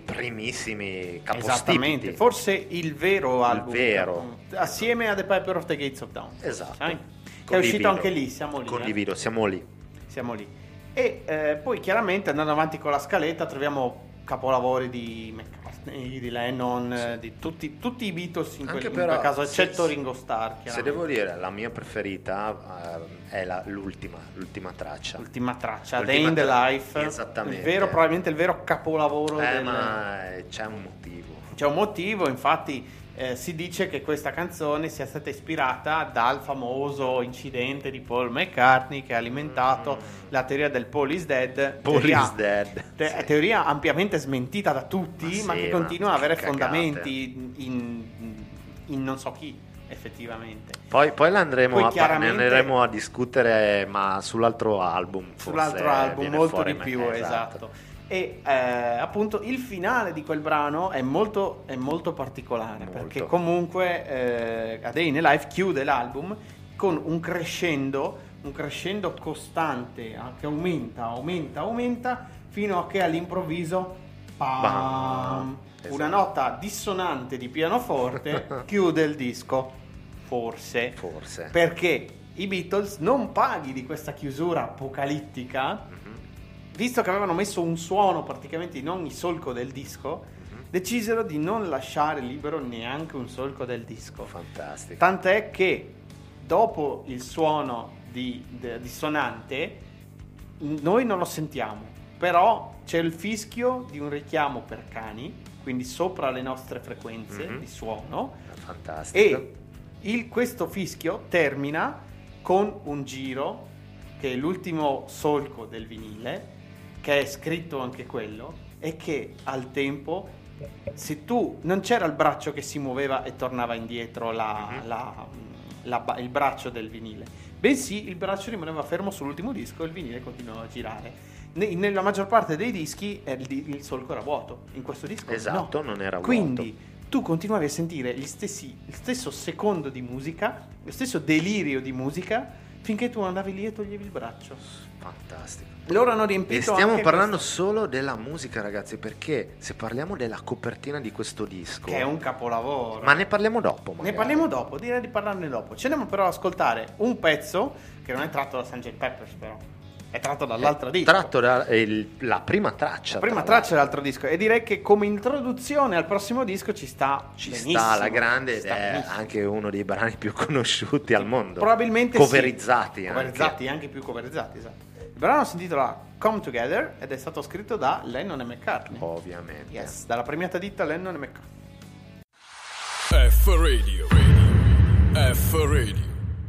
primissimi capostipiti.
Esattamente, forse il vero album.
vero.
Assieme a The Piper of the Gates of Dawn.
Esatto.
Sai? Che è
Condivido.
uscito anche lì, siamo lì. eh.
Condivido, siamo lì.
Siamo lì. E eh, poi chiaramente andando avanti con la scaletta troviamo capolavori di McCartney, di Lennon, eh, di tutti, tutti i Beatles in, quel,
Anche
in quel
però,
caso,
se-
eccetto
se-
Ringo Starr,
Se
chiaramente.
devo dire, la mia preferita eh, è la- l'ultima, l'ultima traccia.
Ultima traccia,
Ultima
Day in the
tra-
Life.
Esattamente.
Il vero, probabilmente il vero capolavoro
Eh,
del...
ma eh, c'è un motivo.
C'è un motivo, infatti eh, si dice che questa canzone sia stata ispirata dal famoso incidente di Paul McCartney che ha alimentato la teoria del Paul is dead.
Mm. Paul
teoria-
is dead.
te-
Sì.
Teoria ampiamente smentita da tutti, ma,
Ma sì,
che
ma
continua
che
a avere
cagate.
fondamenti in, in non so chi, effettivamente.
Poi, poi la andremo
Poi
a,
chiaramente-
ne andremo a discutere, ma sull'altro album. forse
Sull'altro album,
viene
molto
fuori
di
me-
più, esatto. E eh, appunto il finale di quel brano è molto, è molto particolare
Molto.
perché comunque eh, A Day in a Life chiude l'album con un crescendo, un crescendo costante ah, che aumenta, aumenta, aumenta fino a che all'improvviso pam,
Bam.
una
Esatto.
nota dissonante di pianoforte chiude il disco, forse.
Forse.
Perché i Beatles non paghi di questa chiusura apocalittica
Mhm,
visto che avevano messo un suono praticamente in ogni solco del disco,
mhm.
decisero di non lasciare libero neanche un solco del disco.
Fantastico.
Tant'è che dopo il suono di- de- dissonante, noi non lo sentiamo, però c'è il fischio di un richiamo per cani, quindi sopra le nostre frequenze
Mhm.
di suono,
Fantastico.
e il- questo fischio termina con un giro, che è l'ultimo solco del vinile, che è scritto anche quello, e che al tempo, se tu non c'era il braccio che si muoveva e tornava indietro la-
Mhm.
la- la ba- il braccio del vinile, bensì il braccio rimaneva fermo sull'ultimo disco e il vinile continuava a girare. Ne- Nella maggior parte dei dischi eh, il, di- il solco era vuoto, in questo disco no.
Esatto, non era
Quindi tu continuavi a sentire gli stessi, lo stesso secondo di musica, lo stesso delirio di musica, finché tu andavi lì e toglievi il braccio.
vuoto. Fantastico.
Loro hanno riempito.
E stiamo
anche
parlando
questo-
solo della musica, ragazzi, perché se parliamo della copertina di questo disco,
che è un capolavoro.
ma ne parliamo dopo.
Ne
magari.
parliamo dopo, direi di parlarne dopo. Ci andiamo però ad ascoltare un pezzo che non è tratto da Sgt. Peppers, però. È tratto dall'altro
È
disco.
Eh, Tratto da è il- la prima traccia.
La prima
tra
traccia dall'altro disco. E direi che come introduzione al prossimo disco ci sta.
Ci
benissimo.
sta alla grande
Ci
ed
sta
è
benissimo.
anche uno dei brani più conosciuti al mondo.
Probabilmente
Coverizzati
sì.
anche.
Coverizzati, anche più coverizzati, esatto. Il brano si intitola Come Together ed è stato scritto da Lennon e McCartney.
Oh. Ovviamente.
Yes, dalla premiata ditta Lennon e McCartney.
F Radio. F Radio.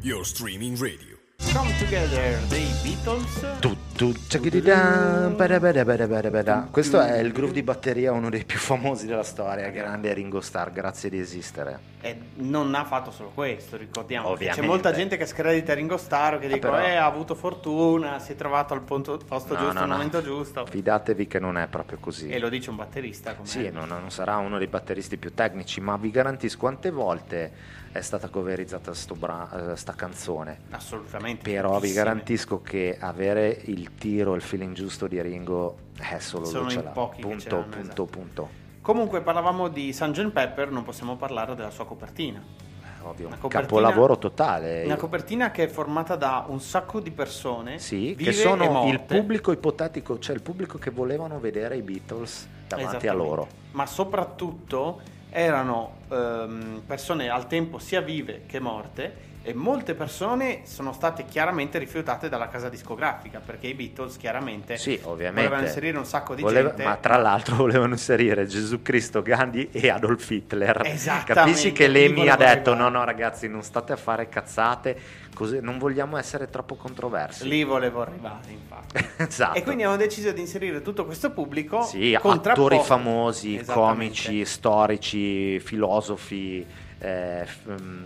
Your streaming radio.
Come Together dei Beatles.
Tu, tu, tchakididam, bada, bada, bada, bada, bada. Questo è il groove di batteria, uno dei più famosi della storia. Grande Ringo Starr, grazie di esistere.
E non ha fatto solo questo, ricordiamo. perché C'è
Ovviamente. Ah,
molta gente che scredita Ringo Starr che dico,
però-
eh, ha avuto fortuna, si è trovato al punto- posto
No,
giusto,
no,
al
no.
momento giusto.
Fidatevi che non è proprio così.
E lo dice un batterista. Come
Sì, non, non sarà uno dei batteristi più tecnici, ma vi garantisco quante volte è stata coverizzata sto bra- eh, sta canzone.
Assolutamente.
Però vi
tantissime.
garantisco che avere il tiro, il feeling giusto di Ringo è solo
Sono
lui ce
in
l'ha.
pochi che
punto,
ce l'hanno,
punto,
esatto.
punto.
Comunque parlavamo di Sgt. Pepper, non possiamo parlare della sua copertina.
Eh, Ovvio,
Una
un
copertina-
capolavoro totale.
Una copertina che è formata da un sacco di persone
Sì,
vive
che
e
sono
morte.
il pubblico ipotetico, cioè il pubblico che volevano vedere i Beatles davanti a
Esattamente.
loro.
Ma soprattutto erano ehm, persone al tempo sia vive che morte e e molte persone sono state chiaramente rifiutate dalla casa discografica perché i Beatles chiaramente
Sì, ovviamente.
volevano inserire un sacco di
Voleva-
gente
Ma tra l'altro volevano inserire Gesù Cristo, Gandhi e Adolf Hitler.
Esattamente,
Capisci che
lì
Lemmy ha
volevo
detto:
arrivare.
no, no, ragazzi, non state a fare cazzate, così non vogliamo essere troppo controversi.
lì volevo arrivare infatti
esatto.
E quindi hanno deciso di inserire tutto questo pubblico.
Sì,
contrapposto-
attori famosi,
Esattamente.
comici, storici, filosofi, eh, f- mm,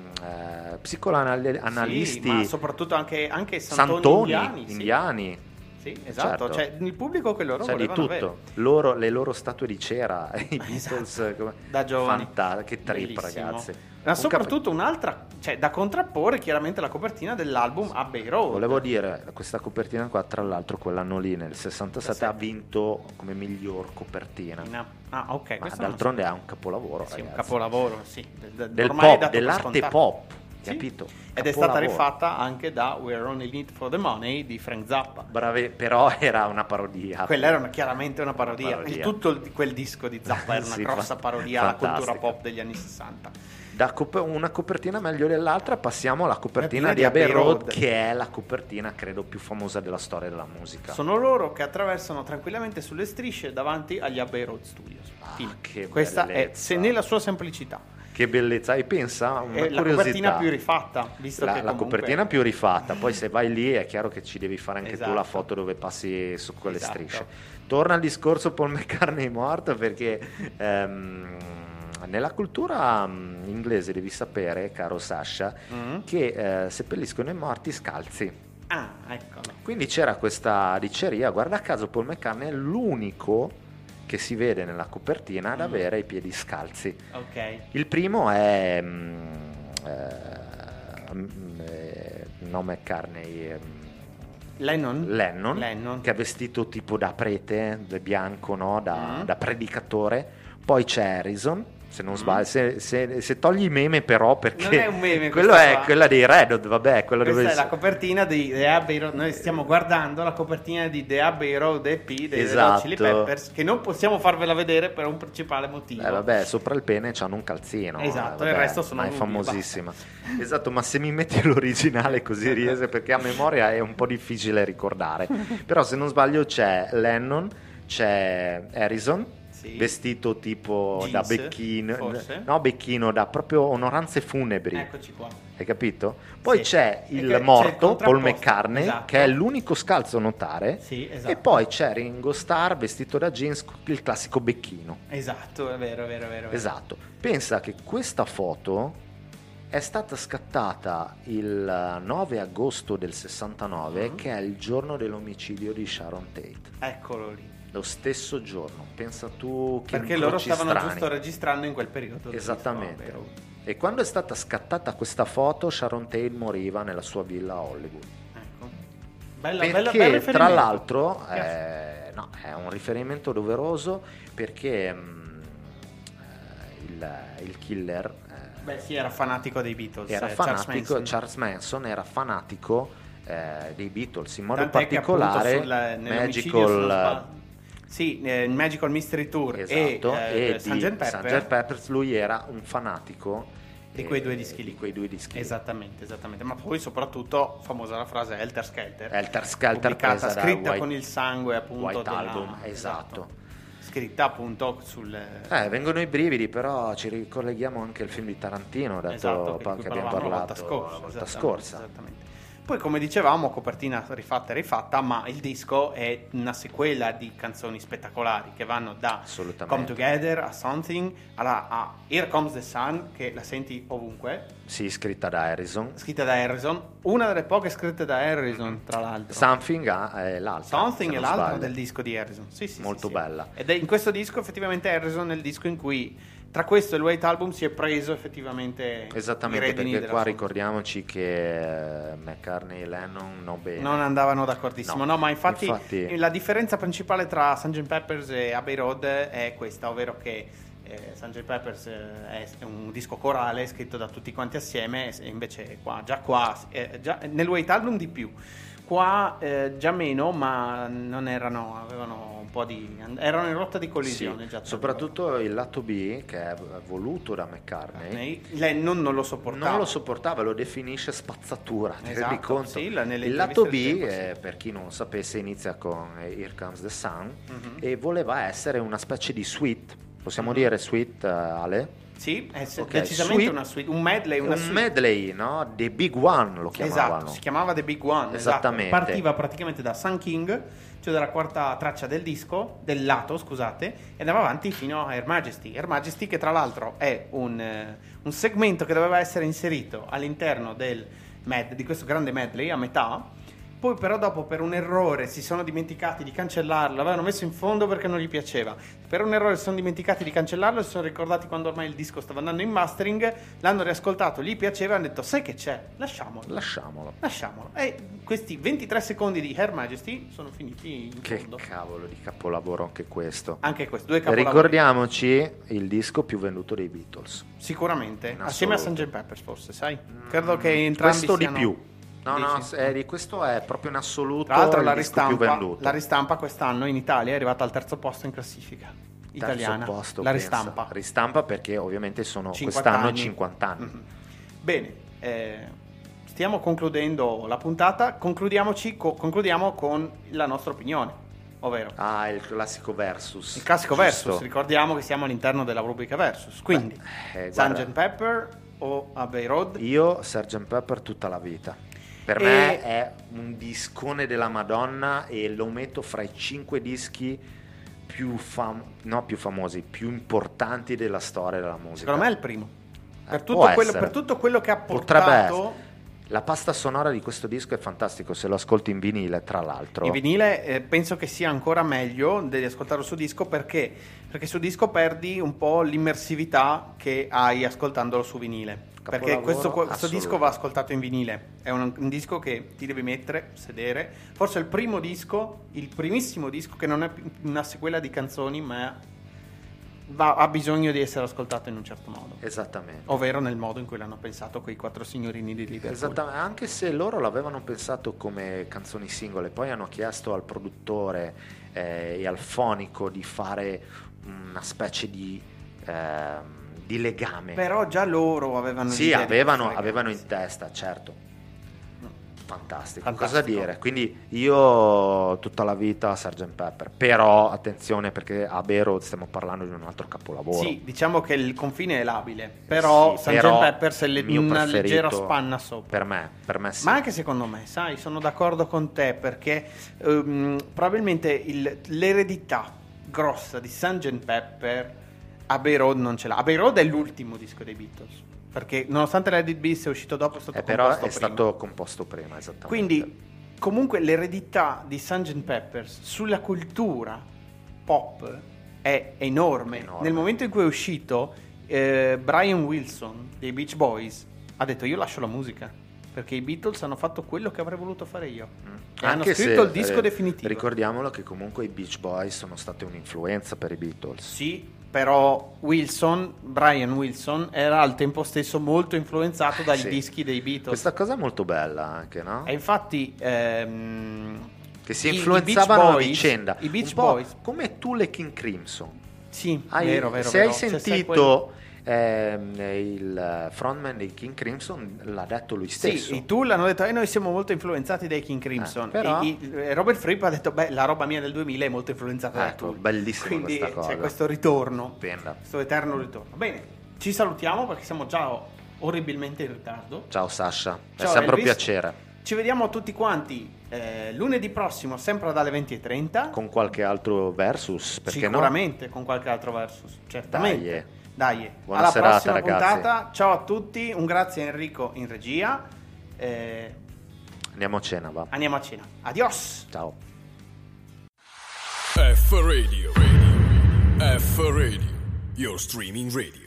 eh, psicoanalisti,
Sì, ma soprattutto anche, anche santoni,
santoni,
indiani. sì.
indiani.
Sì, esatto.
certo.
Cioè, il pubblico che loro
C'è di
volevano
tutto,
avere.
loro, le loro statue di cera, i Beatles,
Esatto,
come-
da giovani.
fanta- che trip
Bellissimo.
ragazzi.
Ma
Un
soprattutto un'altra, cioè da contrapporre chiaramente la copertina dell'album Abbey
cap-
Road.
volevo dire, questa copertina qua, tra l'altro quell'anno lì nel 67 ha vinto come miglior copertina,
No. Ah, ok.
ma
questo non
d'altronde è un capolavoro,
so. eh, Sì, un
ragazzi.
capolavoro, sì. Del, del-
Del
ormai è dato per
pop, dell'arte
scontato.
pop,
Sì.
capito?
Ed è stata
Capolavoro.
rifatta anche da We're Only in It for the Money di Frank Zappa.
Brave- però era una parodia.
Quella era una- chiaramente una parodia.
Ah, Parodia.
Il- Tutto il- quel disco di Zappa era una
Sì,
grossa
fa-
parodia alla cultura
fantastica.
pop degli anni 60.
Da cop- una copertina meglio dell'altra, passiamo alla
Copertina
copertina di
di
Abbey
Abbey
Road,
Road.
che è la copertina credo più famosa della storia della musica.
Sono loro che attraversano tranquillamente sulle strisce davanti agli Abbey Road Studios.
Ah,
Fine.
che
Questa è
bellezza.
se nella sua semplicità.
Che bellezza, e pensa, una
È la
curiosità.
copertina più rifatta, visto
La,
che
la
comunque-
copertina più rifatta, poi se vai lì è chiaro che ci devi fare anche tu la
Esatto.
foto dove passi su quelle
Esatto.
strisce. Torna al discorso Paul McCartney morto perché ehm, nella cultura mm, inglese devi sapere, caro Sasha,
Mm.
che eh, seppelliscono i morti scalzi.
Ah, eccolo.
Quindi c'era questa diceria, guarda caso Paul McCartney è l'unico che si vede nella copertina ad
Mm.
avere i piedi scalzi.
Ok.
Il primo è mm, eh, mm, eh, no McCartney eh,
Lennon?
Lennon,
Lennon.
che è vestito tipo da prete da bianco no? da,
Mm.
da predicatore poi c'è Harrison se non
Mm.
sbaglio se, se- se togli i meme però perché
Non è un meme
quello
questa
è
qua.
quella dei Redot vabbè quella
Questa
dove
è la copertina di The Abbey Road. Noi stiamo guardando la copertina di The Abbey Road EP dei Red Hot
Esatto.
Chili Peppers, che non possiamo farvela vedere per un principale motivo.
Eh, vabbè, sopra il pene c'hanno un calzino.
Esatto,
eh,
il
vabbè,
resto sono
ma è
nubi,
famosissima. Esatto, ma se mi metti l'originale così riese, perché a memoria è un po' difficile ricordare. Però se non sbaglio c'è Lennon, c'è Harrison,
Sì.
vestito tipo
Jeans,
da becchino.
forse.
No, becchino, da proprio onoranze funebri.
Eccoci qua.
Hai capito? Poi
Sì.
c'è
E
il
che- c'è il
morto, Paul
contrapposto,
McCartney,
esatto.
che è l'unico scalzo a notare.
Sì, esatto.
E poi c'è Ringo Starr vestito da jeans, il classico becchino.
Esatto, è vero, è vero, è vero. è vero.
Esatto, pensa che questa foto è stata scattata il 9 agosto del 69,
Mhm.
che è il giorno dell'omicidio di Sharon Tate.
Eccolo lì.
Lo stesso giorno, pensa tu che
Perché loro
incroci
stavano
strani.
giusto Oh, registrando in quel periodo. del disco,
Esattamente.
vero?
E quando è stata scattata questa foto, Sharon Tate moriva nella sua villa a Hollywood.
Ecco. Bella, bella,
perché
bel
tra
riferimento.
l'altro
Grazie.
eh, no, è un riferimento doveroso perché mm, eh, il, il killer eh,
Beh, sì, era fanatico dei Beatles.
era
eh, Charles
fanatico
Manson.
Charles Manson era fanatico eh, dei Beatles in modo
Tant'è che appunto
particolare
sul- eh, nell'omicidio, se non
Magical
sbaglio- sì, eh, il Magical Mystery Tour
esatto,
e, eh,
di
Sgt. Pepper.
Sgt. Peppers lui era un fanatico
Di
eh,
quei due dischi lì. Esatto.
di quei due dischi lì.
Esattamente, esattamente. Ma poi soprattutto famosa la frase Helter Skelter.
Helter Skelter
pubblicata,
presa da
scritta
White-
con il sangue appunto
White
della-
Album, esatto.
Scritta appunto sul
Eh, vengono i brividi, però ci ricolleghiamo anche al film di Tarantino, dato
esatto,
pa-
di
che
cui
abbiamo
parlavamo la
parlato
volta scorsa.
la volta
esattamente, esatto.
scorsa.
esattamente. Poi come dicevamo, copertina rifatta e rifatta, ma il disco è una sequela di canzoni spettacolari che vanno da Come
Assolutamente.
Together a Something alla a Here Comes the Sun che la senti ovunque,
Sì, scritta da Harrison.
scritta da Harrison, una delle poche scritte da Harrison tra l'altro.
Something ah, è l'altra.
Something
se
è
non
l'altra
sbaglio.
del disco di Harrison. Sì, sì, sì,
Molto
sì.
bella.
Ed è in questo disco effettivamente Harrison è il disco in cui tra questo e il White Album si è preso effettivamente i
Esattamente,
redini
perché
della
qua
sua-
ricordiaamoci che eh, McCartney e Lennon non bene.
non andavano d'accordissimo.
No,
No, ma infatti,
infatti-
la differenza principale tra Sgt. Peppers e Abbey Road è questa, ovvero che eh, Sgt. Peppers eh, è un disco corale scritto da tutti quanti assieme, e invece qua, già qua, eh, già nel White Album di più. qua eh, già meno, ma non erano, avevano un po' di... erano in rotta di collisione
Sì,
già.
soprattutto il lato B che è voluto da McCartney.
Nei- lei non, non lo sopportava.
Non lo sopportava, lo definisce spazzatura, ti
Esatto,
rendi conto?
sì, la- nelle
il lato B,
interviste del tempo,
eh, per chi non lo sapesse, inizia con eh, Here Comes the Sun
Mhm.
e voleva essere una specie di suite, possiamo dire suite eh, Ale?
Sì, è se-
Ok,
decisamente
suite-
una suite, un medley, una
un
suite.
medley, no? The Big One
Esatto,
lo chiamavano.
si chiamava The Big One. esatto.
Esattamente.
Partiva praticamente da Sun King, cioè dalla quarta traccia del disco, del lato, scusate, e andava avanti fino a Her Majesty. Her Majesty che tra l'altro è un, eh, un segmento che doveva essere inserito all'interno del med- di questo grande medley a metà. Poi però dopo per un errore si sono dimenticati di cancellarlo, l'avevano messo in fondo perché non gli piaceva. Per un errore si sono dimenticati di cancellarlo e si sono ricordati quando ormai il disco stava andando in mastering, l'hanno riascoltato, gli piaceva e hanno detto sai che c'è, lasciamolo.
Lasciamolo.
Lasciamolo. E questi 23 secondi di Her Majesty sono finiti in
Che
fondo.
cavolo di capolavoro anche questo.
Anche questo, due capolavori.
Ricordiamoci il disco più venduto dei Beatles.
Sicuramente,
In
assieme a Sgt.
assoluto. Mm,
Peppers forse, sai? Credo che entrambi
questo
siano...
di più. No, no,
Dici?
eh, di questo è proprio in assoluto
Tra l'altro
il
la
disco più
ristampa,
venduto.
la ristampa quest'anno in Italia è arrivata al terzo posto in classifica
Terzo
italiana.
posto,
la
pensa.
ristampa.
Ristampa perché ovviamente sono
50
quest'anno
anni.
50 anni.
Mhm. Bene, eh, stiamo concludendo la puntata, concludiamoci co- concludiamo con la nostra opinione, ovvero
Ah, il classico versus.
Il classico
giusto?
versus, ricordiamo che siamo all'interno della rubrica versus, quindi
Beh, eh, guarda,
Sgt. Pepper o Abbey Road.
Io Sgt. Pepper tutta la vita. Per
E-
me è un discone della Madonna e lo metto fra i cinque dischi più, fam- no, più famosi, più importanti della storia della musica.
Secondo me è il primo. Per
Eh,
tutto,
può
quello,
essere.
per tutto quello che ha
Potrebbe
portato
La pasta sonora di questo disco è fantastico, se lo ascolti in vinile, tra l'altro.
il vinile, eh, penso che sia ancora meglio di ascoltarlo su disco perché? Perché su disco perdi un po' l'immersività che hai ascoltandolo su vinile. Perché
Capolavoro
questo, questo
assoluto.
disco va ascoltato in vinile, è un, un disco che ti devi mettere, sedere. Forse è il primo disco, il primissimo disco che non è pi- una sequela di canzoni, ma va- ha bisogno di essere ascoltato in un certo modo.
Esattamente.
Ovvero nel modo in cui l'hanno pensato quei quattro signorini di Liverpool.
Esattamente, anche se loro l'avevano pensato come canzoni singole, poi hanno chiesto al produttore eh, e al fonico di fare una specie di, ehm, di legame.
Però già loro avevano
sì,
l'idea di
avevano,
questa
avevano in
ragazza.
testa, certo. Fantastico.
Fantastico.
cosa dire? Quindi io tutta la vita Sgt. Pepper, però attenzione perché a Bero stiamo parlando di un altro capolavoro.
Sì, diciamo che il confine è labile, però
Sì,
Sgt.
però
Peppers è le-
il mio
una
preferito
leggera spanna sopra.
Per me, per me sì.
Ma anche secondo me, sai, sono d'accordo con te perché ehm, probabilmente il- l'eredità grossa di Sgt. Pepper Abbey Road non ce l'ha. Abbey Road è l'ultimo disco dei Beatles, perché nonostante l'Edit B sia uscito dopo è stato
Eh, però è
composto prima.
stato composto prima, esattamente.
Quindi, comunque, l'eredità di Sgt. Peppers sulla cultura pop è enorme.
Enorme.
Nel momento in cui è uscito, eh, Brian Wilson dei Beach Boys ha detto: Io lascio la musica perché i Beatles hanno fatto quello che avrei voluto fare io.
Mm.
E hanno
Anche
scritto
se,
il disco
eh,
definitivo.
Ricordiamolo che comunque i Beach Boys sono state un'influenza per i Beatles.
Sì, però Wilson, Brian Wilson, era al tempo stesso molto influenzato dai
Sì.
dischi dei Beatles.
Questa cosa è molto bella anche, no?
E infatti. ehm,
Che si
i- i Beach
influenzavano a
Boys-
vicenda.
I Beach
Un po'
Boys.
Come tu le King Crimson.
Sì,
Hai-
vero, vero,
se
vero.
hai
Cioè, sai quello-
sentito ehm, il eh, frontman dei King Crimson, l'ha detto lui stesso.
Sì, i Tool hanno detto, eh, noi siamo molto influenzati dai King Crimson.
Eh, però-
E i- eh, Robert Fripp ha detto, beh, la roba mia del 2000 è molto influenzata dai
Ecco,
Tool.
bellissima
Quindi
questa cosa.
c'è questo ritorno,
Stupenda.
questo eterno ritorno. Bene, ci salutiamo perché siamo già orribilmente in ritardo.
Ciao Sasha, è
Ciao,
sempre un
Elvis.
piacere.
Ci vediamo tutti quanti eh, lunedì prossimo, sempre dalle 20.30.
Con qualche altro versus, perché no? eh.
Sicuramente con qualche altro versus, certamente. Dai,
Buona
alla
serata,
prossima
ragazzi.
puntata. Ciao a tutti, un grazie a Enrico in regia. Eh,
Andiamo a cena, va.
andiamo a cena. Adios.
Ciao.
F Radio. F Radio. Your streaming radio.